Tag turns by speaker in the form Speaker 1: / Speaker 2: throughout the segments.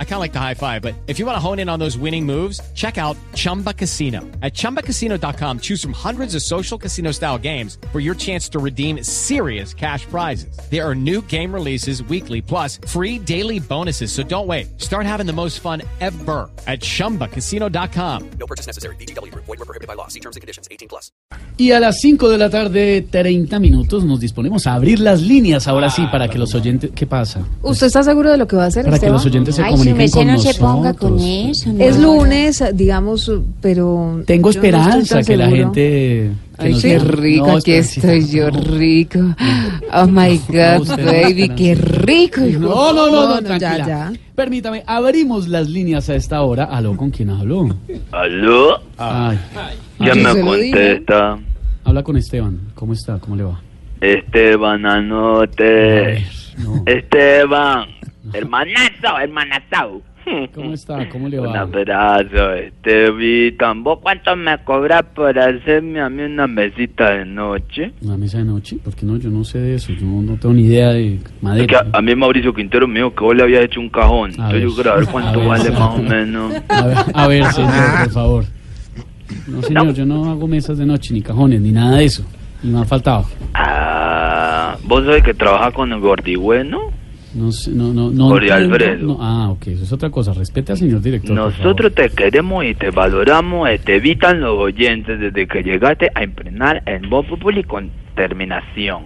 Speaker 1: I kind of like the high five, but if you want to hone in on those winning moves, check out Chumba Casino. At chumbacasino.com, choose from hundreds of social casino style games for your chance to redeem serious cash prizes. There are new game releases weekly, plus free daily bonuses. So don't wait. Start having the most fun ever at chumbacasino.com.
Speaker 2: No purchase necessary. BGW. Void were prohibited by law. See terms and conditions. 18 plus.
Speaker 3: Y a las 5 de la tarde, 30 minutos, nos disponemos a abrir las líneas ahora
Speaker 4: Ah,
Speaker 3: sí para que los oyentes. ¿Qué pasa?
Speaker 5: ¿Usted está seguro de lo que va a hacer?
Speaker 3: Para que
Speaker 5: Esteban?
Speaker 3: los oyentes se
Speaker 6: Ay, su
Speaker 3: comuniquen
Speaker 6: merced
Speaker 3: con
Speaker 6: no se ponga con
Speaker 3: nosotros.
Speaker 6: eso. no.
Speaker 5: Es lunes, digamos, pero.
Speaker 3: Tengo
Speaker 5: yo no estoy tan
Speaker 3: esperanza que la
Speaker 5: seguro.
Speaker 3: gente. que
Speaker 7: Ay,
Speaker 3: nos
Speaker 7: qué
Speaker 3: vea-
Speaker 7: rico,
Speaker 3: No,
Speaker 7: aquí
Speaker 3: esperancita,
Speaker 7: estoy yo
Speaker 3: no.
Speaker 7: rico. Oh my
Speaker 3: No,
Speaker 7: God,
Speaker 3: usted no,
Speaker 7: baby, qué
Speaker 3: Esperanza.
Speaker 7: rico. hijo.
Speaker 3: No, no,
Speaker 5: No,
Speaker 3: no, no,
Speaker 5: no, ya,
Speaker 3: tranquila.
Speaker 5: ya.
Speaker 3: Permítame, abrimos las líneas a esta hora. Aló, ¿con quién hablo?
Speaker 4: ¿Aló?
Speaker 3: Ay,
Speaker 4: Ya
Speaker 5: Yo se
Speaker 4: me
Speaker 5: lo dije.
Speaker 4: contesta.
Speaker 3: habla con Esteban. ¿Cómo está? ¿Cómo le va?
Speaker 4: Esteban,
Speaker 3: A ver,
Speaker 4: anote.
Speaker 3: no.
Speaker 4: eh, Esteban. Hermanazo, hermanazao.
Speaker 3: ¿Cómo está? ¿Cómo le
Speaker 4: Un
Speaker 3: va?
Speaker 4: abrazo, Esteban. ¿Vos cuánto me cobras por hacerme a mí una mesita de noche?
Speaker 3: ¿Una mesa de noche? Porque no, yo no sé de eso. Yo no tengo ni idea de
Speaker 4: Es que
Speaker 3: madera.
Speaker 4: a, a mí Mauricio Quintero me dijo que vos le habías hecho un cajón.
Speaker 3: A
Speaker 4: Entonces yo
Speaker 3: ver.
Speaker 4: quiero saber
Speaker 3: A
Speaker 4: cuánto
Speaker 3: ver.
Speaker 4: vale más o menos.
Speaker 3: A ver, a ver, señor,
Speaker 8: Ah.
Speaker 3: por favor. No, señor, yo no hago mesas de noche, ni cajones, ni nada de eso. Ni me ha faltado.
Speaker 4: Ah, ¿Vos sabés que trabaja con el gordigüeno?
Speaker 3: No, sé, no, no, no.
Speaker 4: Jorge
Speaker 3: entiendo,
Speaker 4: Alfredo.
Speaker 3: no, ah, ok, eso es otra cosa. Respete al señor director. por favor.
Speaker 4: Nosotros te queremos y te valoramos, eh, te evitan los oyentes desde que llegaste a impregnar en voz Populi con terminación.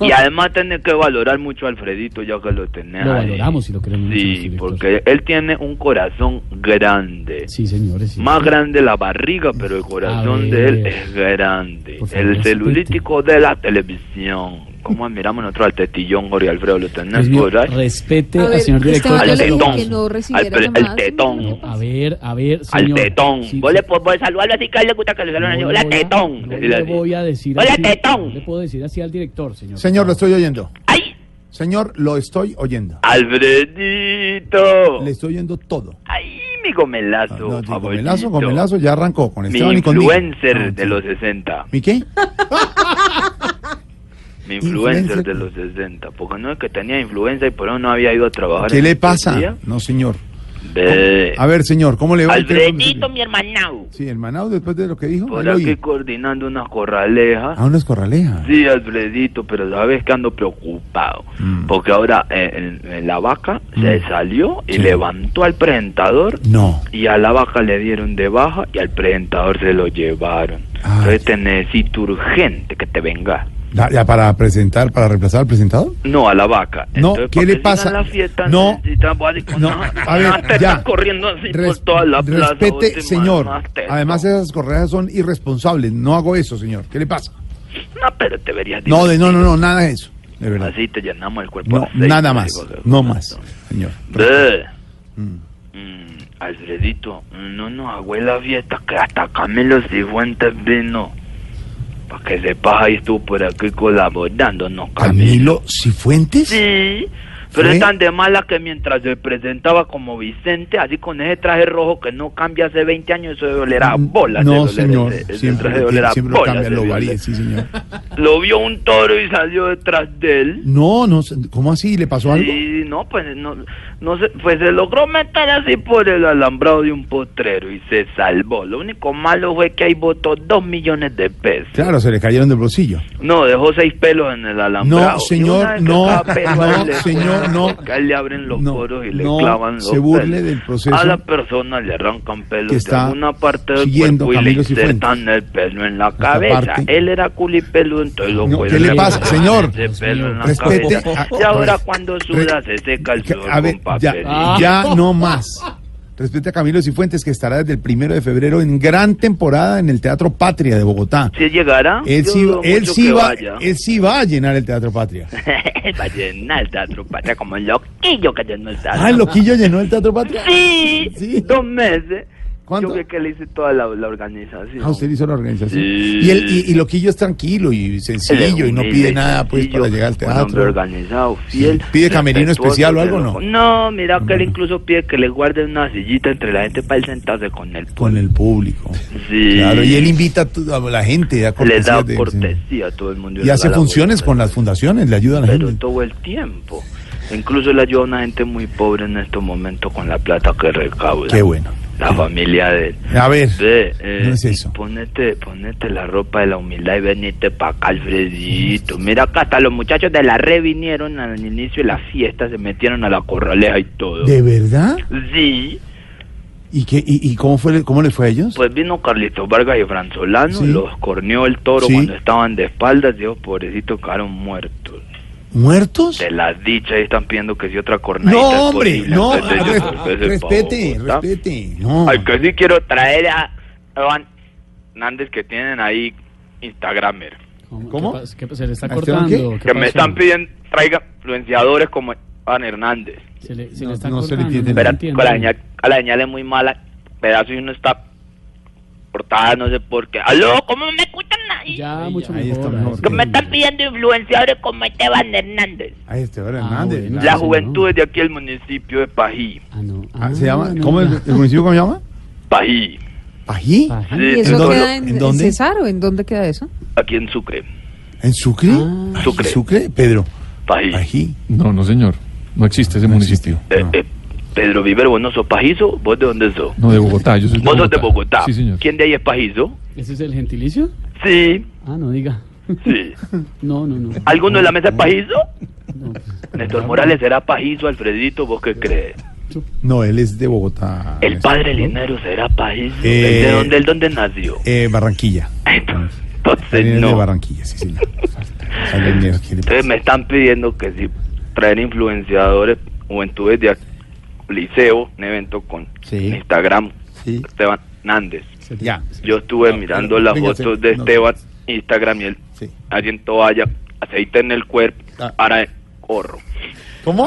Speaker 4: y además tenés que valorar mucho a Alfredito ya que lo tenés.
Speaker 3: Lo
Speaker 4: ahí.
Speaker 3: valoramos y lo queremos mucho,
Speaker 4: Sí,
Speaker 3: señor director.
Speaker 4: porque él tiene un corazón grande.
Speaker 3: Sí, señores. sí.
Speaker 4: Más grande la barriga, pero el
Speaker 3: A
Speaker 4: corazón de él
Speaker 3: ver.
Speaker 4: es grande.
Speaker 3: Por favor,
Speaker 4: El celulítico de la televisión. ¿Cómo admiramos nosotros al tetillón, Jorge Alfredo? ¿Lo
Speaker 3: Dios
Speaker 4: tenés
Speaker 3: mío,
Speaker 4: por ahí?
Speaker 3: respete
Speaker 5: A
Speaker 3: al
Speaker 5: ver,
Speaker 3: señor director.
Speaker 5: Esteban,
Speaker 4: Al
Speaker 5: yo
Speaker 3: por
Speaker 5: le dije
Speaker 4: tetón.
Speaker 5: que
Speaker 3: favor.
Speaker 5: no
Speaker 4: Al,
Speaker 5: recibiera
Speaker 4: pre- al
Speaker 5: llamadas.
Speaker 4: tetón.
Speaker 3: A ver, a ver,
Speaker 4: Al
Speaker 3: señor.
Speaker 4: tetón.
Speaker 3: Sí,
Speaker 4: vos
Speaker 3: sí.
Speaker 4: le po- vos saludarlo así que a él le gusta que le saluden así.
Speaker 3: No le
Speaker 4: Hola,
Speaker 3: voy a-
Speaker 4: tetón.
Speaker 3: no
Speaker 4: Decirle
Speaker 3: le
Speaker 4: así.
Speaker 3: voy a decir
Speaker 4: Hola,
Speaker 3: así,
Speaker 4: tetón.
Speaker 3: no le puedo decir así al director, señor.
Speaker 8: Señor, lo estoy oyendo.
Speaker 4: ¡Ay!
Speaker 8: Señor, lo estoy oyendo.
Speaker 4: ¡Alfredito!
Speaker 8: Le estoy oyendo todo.
Speaker 4: ¡Ay, mi gomelazo!
Speaker 8: Ah, No, digo,
Speaker 4: favorito.
Speaker 8: Gomelazo, Gomelazo ya arrancó con
Speaker 4: Mi
Speaker 8: Esteban y conmigo.
Speaker 4: influencer
Speaker 8: Ah,
Speaker 4: de
Speaker 8: sí.
Speaker 4: los 60.
Speaker 8: ¿Mi qué?
Speaker 4: Mi influencer
Speaker 8: Influencer.
Speaker 4: de los 60. Porque no es que tenía influenza y por eso no había ido a trabajar.
Speaker 8: ¿Qué
Speaker 4: en
Speaker 8: le
Speaker 4: estos días.
Speaker 8: pasa? No, señor.
Speaker 4: Ve.
Speaker 8: A ver, señor, ¿cómo le va?
Speaker 4: Alfredito, mi hermanao.
Speaker 8: Sí, el Manao, después de lo que dijo.
Speaker 4: Por
Speaker 8: ahí lo oí.
Speaker 4: aquí coordinando unas corralejas.
Speaker 8: Ah, una escorraleja.
Speaker 4: Sí, Alfredito, pero sabes que ando preocupado.
Speaker 8: Mm.
Speaker 4: Porque ahora eh, en- en la vaca se salió y
Speaker 8: Sí.
Speaker 4: levantó al presentador.
Speaker 8: No.
Speaker 4: Y a la vaca le dieron de baja y al presentador se lo llevaron.
Speaker 8: Ay.
Speaker 4: Entonces te necesito urgente que te venga.
Speaker 8: Ya, ya para presentar, para reemplazar al presentador.
Speaker 4: No, a la vaca.
Speaker 8: No,
Speaker 4: Entonces, para
Speaker 8: ¿qué le
Speaker 4: que sigan
Speaker 8: pasa?
Speaker 4: La fiesta,
Speaker 8: No,
Speaker 4: necesitan- voy decir,
Speaker 8: No,
Speaker 4: no,
Speaker 8: a ver,
Speaker 4: te
Speaker 8: ya.
Speaker 4: están corriendo así por
Speaker 8: Res-
Speaker 4: toda la plaza, vos
Speaker 8: respete,
Speaker 4: te
Speaker 8: señor.
Speaker 4: mamaste,
Speaker 8: Además,
Speaker 4: no.
Speaker 8: esas correas son irresponsables. No hago eso, señor. ¿Qué le pasa?
Speaker 4: No, pero te verías
Speaker 8: No, de, no, no,
Speaker 4: divertido.
Speaker 8: no, nada de eso. De verdad.
Speaker 4: Así te llenamos el cuerpo.
Speaker 8: No,
Speaker 4: de aceite,
Speaker 8: nada más.
Speaker 4: digo,
Speaker 8: No
Speaker 4: de-
Speaker 8: más, señor.
Speaker 4: Ve.
Speaker 8: Mm.
Speaker 4: Mm, Alfredito, no nos hago la fiesta que hasta Camilo Cifuentes vino. Para que sepas, ahí estuvo por aquí colaborando, ¿no, Camilo?
Speaker 8: Camilo Cifuentes.
Speaker 4: Sí, pero
Speaker 8: ¿Sí?
Speaker 4: es tan de mala que mientras se presentaba como Vicente, así con ese traje rojo que no cambia hace 20 años, eso de oler a bolas. de
Speaker 8: Mm, No,
Speaker 4: oler
Speaker 8: señor.
Speaker 4: ese- ese
Speaker 8: Siempre,
Speaker 4: traje de oler a
Speaker 8: siempre lo
Speaker 4: bolas,
Speaker 8: cambian,
Speaker 4: de
Speaker 8: lo
Speaker 4: oler.
Speaker 8: varían, sí, señor.
Speaker 4: Lo vio un toro y salió detrás de él.
Speaker 8: No, no, se- ¿cómo así? ¿Le pasó algo?
Speaker 4: Sí, no, pues no, no se, pues se logró meter así por el alambrado de un potrero y se salvó. Lo único malo fue que ahí votó dos millones de pesos.
Speaker 8: Claro, se le cayeron del bolsillo.
Speaker 4: No, dejó seis pelos en el alambrado.
Speaker 8: No,
Speaker 4: Y
Speaker 8: señor,
Speaker 4: una vez que
Speaker 8: no,
Speaker 4: cada pelo ahí
Speaker 8: no,
Speaker 4: le
Speaker 8: señor,
Speaker 4: cuelgan,
Speaker 8: no.
Speaker 4: porque ahí le abren los
Speaker 8: No,
Speaker 4: poros y le
Speaker 8: no,
Speaker 4: clavan los
Speaker 8: se burle
Speaker 4: pelos.
Speaker 8: del proceso
Speaker 4: A la persona le arrancan pelos
Speaker 8: que está
Speaker 4: de alguna parte del
Speaker 8: siguiendo
Speaker 4: cuerpo y
Speaker 8: Camilo
Speaker 4: le insertan el pelo en la cabeza.
Speaker 8: parte.
Speaker 4: Él era culipelo, entonces lo
Speaker 8: No,
Speaker 4: pueden
Speaker 8: ¿qué le pasa,
Speaker 4: arrancar
Speaker 8: señor?
Speaker 4: ese pelo en la
Speaker 8: Respete.
Speaker 4: cabeza.
Speaker 8: a-
Speaker 4: Y ahora
Speaker 8: a ver,
Speaker 4: cuando suda
Speaker 8: re-
Speaker 4: se seca el
Speaker 8: que-
Speaker 4: sudor
Speaker 8: A ver,
Speaker 4: con papel.
Speaker 8: ya,
Speaker 3: Ah.
Speaker 8: ya no más. Respete a Camilo Cifuentes, que estará desde el primero de febrero en gran temporada en el Teatro Patria de Bogotá.
Speaker 4: Si llegará,
Speaker 8: Él
Speaker 4: yo
Speaker 8: sí,
Speaker 4: dudo
Speaker 8: él,
Speaker 4: mucho
Speaker 8: sí
Speaker 4: que
Speaker 8: va,
Speaker 4: vaya.
Speaker 8: él sí va a llenar el Teatro Patria.
Speaker 4: va a llenar el teatro patria como el loquillo que llenó el teatro.
Speaker 8: Ah, el loquillo llenó el Teatro Patria.
Speaker 4: Sí,
Speaker 8: Sí.
Speaker 4: dos meses.
Speaker 8: ¿Cuánto?
Speaker 4: Yo vi que le hice toda la, la organización.
Speaker 8: Ah, usted hizo la organización.
Speaker 4: Sí.
Speaker 8: Y, el, y, y Loquillo es tranquilo y sencillo y no pide nada pues
Speaker 4: Sencillo,
Speaker 8: para llegar al
Speaker 4: Un hombre
Speaker 8: teatro.
Speaker 4: organizado, fiel.
Speaker 8: Sí. ¿Pide camerino
Speaker 4: respetuoso
Speaker 8: especial o
Speaker 4: de
Speaker 8: algo,
Speaker 4: los-
Speaker 8: no? Mm.
Speaker 4: No, mira que él incluso pide que le guarden una sillita entre la gente para él sentarse con él.
Speaker 8: Con el público.
Speaker 4: Sí.
Speaker 8: Claro, y él invita a tu- a la gente, da
Speaker 4: le
Speaker 8: cortesías
Speaker 4: da
Speaker 8: de- sí.
Speaker 4: cortesía a todo el mundo.
Speaker 8: Y hace
Speaker 4: regala
Speaker 8: funciones
Speaker 4: bolsas.
Speaker 8: con las fundaciones, le ayuda a la
Speaker 4: Pero
Speaker 8: gente.
Speaker 4: todo el tiempo. Incluso le ayuda a una gente muy pobre en estos momentos con la plata que recauda.
Speaker 8: Qué bueno.
Speaker 4: La familia de él.
Speaker 8: A ver,
Speaker 4: Ve, eh,
Speaker 8: No es eso.
Speaker 4: Ponete, ponete la ropa de la humildad y venite para acá, Alfredito. Mira acá, hasta los muchachos de la red vinieron al inicio de la fiesta, se metieron a la corraleja y todo.
Speaker 8: ¿de verdad?
Speaker 4: Sí,
Speaker 8: ¿Y, qué, y, y cómo, fue, cómo les fue a ellos?
Speaker 4: pues vino Carlitos Vargas y Franzolano,
Speaker 8: Sí.
Speaker 4: los corneó el toro
Speaker 8: Sí.
Speaker 4: cuando estaban de espaldas, y los pobrecitos quedaron muertos.
Speaker 8: ¿Muertos?
Speaker 4: De la dicha, y están pidiendo que si otra cornadita. es
Speaker 8: No, hombre,
Speaker 4: posible.
Speaker 8: no.
Speaker 4: Entonces,
Speaker 8: a
Speaker 4: yo,
Speaker 8: ver,
Speaker 4: pues, ese
Speaker 8: Respete,
Speaker 4: pavo, ¿tá?
Speaker 8: respete. No.
Speaker 4: Al que sí quiero traer a Evan Hernández que tienen ahí Instagramer.
Speaker 8: ¿Cómo?
Speaker 3: ¿Qué pas- qué- se le está
Speaker 8: ¿A Esteban
Speaker 3: cortando.
Speaker 8: qué?
Speaker 3: ¿Qué
Speaker 4: Que me
Speaker 3: pasó?
Speaker 4: están pidiendo, traiga influenciadores como Evan Hernández.
Speaker 3: Se le, se
Speaker 8: No,
Speaker 3: le está
Speaker 8: no se le
Speaker 3: cortando,
Speaker 8: entiende
Speaker 3: no
Speaker 8: nada.
Speaker 4: Pero
Speaker 3: entiendo.
Speaker 4: la señal, a la señal es muy mala, pedazo y uno está portada, no sé por qué. ¡Aló! ¿Cómo me escuchan ahí?
Speaker 3: Ya,
Speaker 8: Ahí
Speaker 3: mucho
Speaker 8: está
Speaker 3: mejor.
Speaker 8: mejor.
Speaker 3: ahora sí.
Speaker 4: Que me están pidiendo influenciadores como Esteban Hernández.
Speaker 8: A este, ahora
Speaker 3: Ah,
Speaker 8: Hernández.
Speaker 3: bueno.
Speaker 8: claro.
Speaker 4: La
Speaker 3: sí,
Speaker 4: juventud es de aquí, el municipio de Pají.
Speaker 3: Ah, no.
Speaker 8: Ah,
Speaker 3: Ah,
Speaker 8: ¿Se llama?
Speaker 3: no,
Speaker 8: ¿Cómo es ¿Eh?
Speaker 3: ya.
Speaker 8: el municipio cómo se llama?
Speaker 4: Pají,
Speaker 8: ¿Pají?
Speaker 3: Ajá.
Speaker 4: Sí.
Speaker 5: ¿Y
Speaker 8: ¿En
Speaker 5: eso
Speaker 8: dónde?
Speaker 5: queda en,
Speaker 8: ¿En dónde?
Speaker 5: Cesar o en dónde queda eso?
Speaker 4: aquí en Sucre.
Speaker 8: ¿En Sucre?
Speaker 3: Ah.
Speaker 8: Ay,
Speaker 4: Sucre.
Speaker 8: ¿Sucre? Pedro.
Speaker 4: Pají.
Speaker 8: Pají.
Speaker 6: No, no, señor. No existe ese
Speaker 8: No existe.
Speaker 6: municipio.
Speaker 4: Eh, eh, Pedro Vivero, ¿vos no sos pajizo? ¿Vos de dónde sos?
Speaker 6: No, de Bogotá. Yo soy de
Speaker 4: Vos
Speaker 6: Bogotá.
Speaker 4: sos de Bogotá.
Speaker 6: Sí, señor.
Speaker 4: ¿Quién de ahí es pajizo?
Speaker 3: ¿Ese es el gentilicio?
Speaker 4: Sí,
Speaker 3: Ah, no diga.
Speaker 4: sí.
Speaker 3: No, no, no.
Speaker 4: ¿Alguno de la mesa es pajizo?
Speaker 3: No, pues,
Speaker 4: Néstor Morales será pajizo, Alfredito, ¿vos
Speaker 8: Pues,
Speaker 4: qué crees?
Speaker 8: No, él es de Bogotá.
Speaker 4: El padre Linero será pajizo.
Speaker 8: Eh,
Speaker 4: ¿El ¿De dónde, el dónde nació?
Speaker 8: Eh, Barranquilla.
Speaker 4: Entonces,
Speaker 8: Él
Speaker 4: entonces
Speaker 8: es de
Speaker 4: no.
Speaker 8: Barranquilla, sí, señor. Sale el negro, ¿qué le
Speaker 4: Entonces
Speaker 8: pasa?
Speaker 4: me están pidiendo que si traer influenciadores, juventudes de aquí, liceo, un evento con
Speaker 8: Sí.
Speaker 4: Instagram,
Speaker 8: Sí.
Speaker 4: Esteban Nández.
Speaker 8: Ya.
Speaker 4: Yo estuve
Speaker 8: No,
Speaker 4: mirando
Speaker 8: pero
Speaker 4: las
Speaker 8: véngase,
Speaker 4: fotos de
Speaker 8: no.
Speaker 4: Esteban, Instagram y él
Speaker 8: Sí.
Speaker 4: allí en toalla, aceite en el cuerpo,
Speaker 8: Ah.
Speaker 4: para el corro.
Speaker 8: ¿Cómo?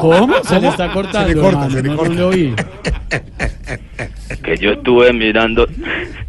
Speaker 3: ¿Cómo? Se le está cortando.
Speaker 8: Se le corta,
Speaker 3: hermano,
Speaker 8: se le
Speaker 3: no,
Speaker 8: corta.
Speaker 3: No, le oí.
Speaker 4: Que yo estuve mirando.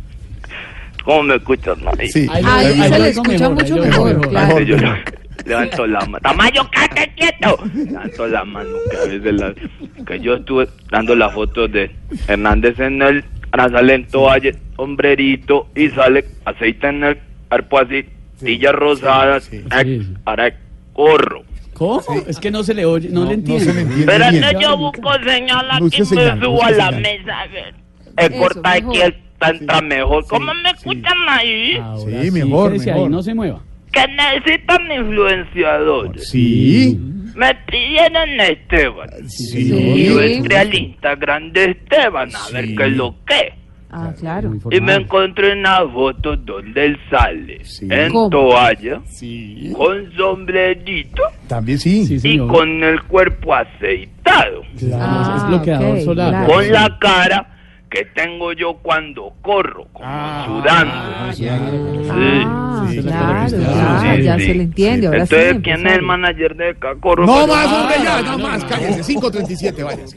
Speaker 4: ¿Cómo me escuchas, Mari?
Speaker 8: Sí.
Speaker 3: Ahí
Speaker 5: Ah, Ahí
Speaker 3: ahí lo
Speaker 5: se le
Speaker 3: oigo
Speaker 5: escucha
Speaker 3: mejor,
Speaker 5: mucho
Speaker 3: ahí lo
Speaker 5: mejor,
Speaker 3: oigo
Speaker 5: claro.
Speaker 4: Entonces yo lo- levanto la mano. ¡Tamayo, cállate quieto! Levanto la mano. Que, a veces la- que yo estuve dando las fotos de Hernández en el Nazalén, toalla, sombrerito y sale aceite en el cuerpo así, sillas rosadas,
Speaker 8: sí,
Speaker 4: para
Speaker 3: sí, sí.
Speaker 4: el corro.
Speaker 3: ¿Cómo? Es que no se le oye, no, le entiendo.
Speaker 8: se le entiende.
Speaker 4: Pero
Speaker 8: bien.
Speaker 4: no, yo busco señal aquí,
Speaker 8: Busque
Speaker 4: me
Speaker 8: señal,
Speaker 4: subo
Speaker 8: busque
Speaker 4: a la
Speaker 8: señal.
Speaker 4: mesa. a ver. El
Speaker 5: Eso,
Speaker 4: corta
Speaker 5: mejor.
Speaker 4: aquí está entra mejor. ¿Cómo me escuchan ahí?
Speaker 8: Ah.
Speaker 3: Ahora
Speaker 8: Sí, mejor,
Speaker 3: quédese
Speaker 8: mejor.
Speaker 3: ahí, no se mueva.
Speaker 4: Que necesitan influenciadores.
Speaker 8: Sí.
Speaker 4: Me pidieron este, a Esteban.
Speaker 8: Sí.
Speaker 4: Yo entré al Instagram de Esteban a ver qué es lo que.
Speaker 5: Ah, claro.
Speaker 3: Muy
Speaker 4: Y me
Speaker 3: formal.
Speaker 4: encontré una foto donde él sale
Speaker 8: Sí.
Speaker 4: en
Speaker 5: ¿Cómo?
Speaker 4: toalla,
Speaker 8: Sí.
Speaker 4: con sombrerito
Speaker 8: También sí.
Speaker 3: Sí,
Speaker 4: y
Speaker 3: señor.
Speaker 4: con el cuerpo aceitado.
Speaker 3: Claro,
Speaker 5: Ah,
Speaker 3: es bloqueador
Speaker 5: ok,
Speaker 3: solar.
Speaker 5: claro.
Speaker 4: con la cara que tengo yo cuando corro, como sudando. Sí.
Speaker 5: Ah,
Speaker 8: Sí,
Speaker 5: claro,
Speaker 8: sí,
Speaker 5: Ah, ya,
Speaker 4: sí,
Speaker 5: ya
Speaker 4: sí.
Speaker 5: se le entiende. Ahora sí,
Speaker 4: Entonces, ¿quién es el
Speaker 5: empresario.
Speaker 4: manager de Cacorro?
Speaker 8: No
Speaker 4: Pero-
Speaker 8: más, hombre, ya, no más, cállese. 537, váyase.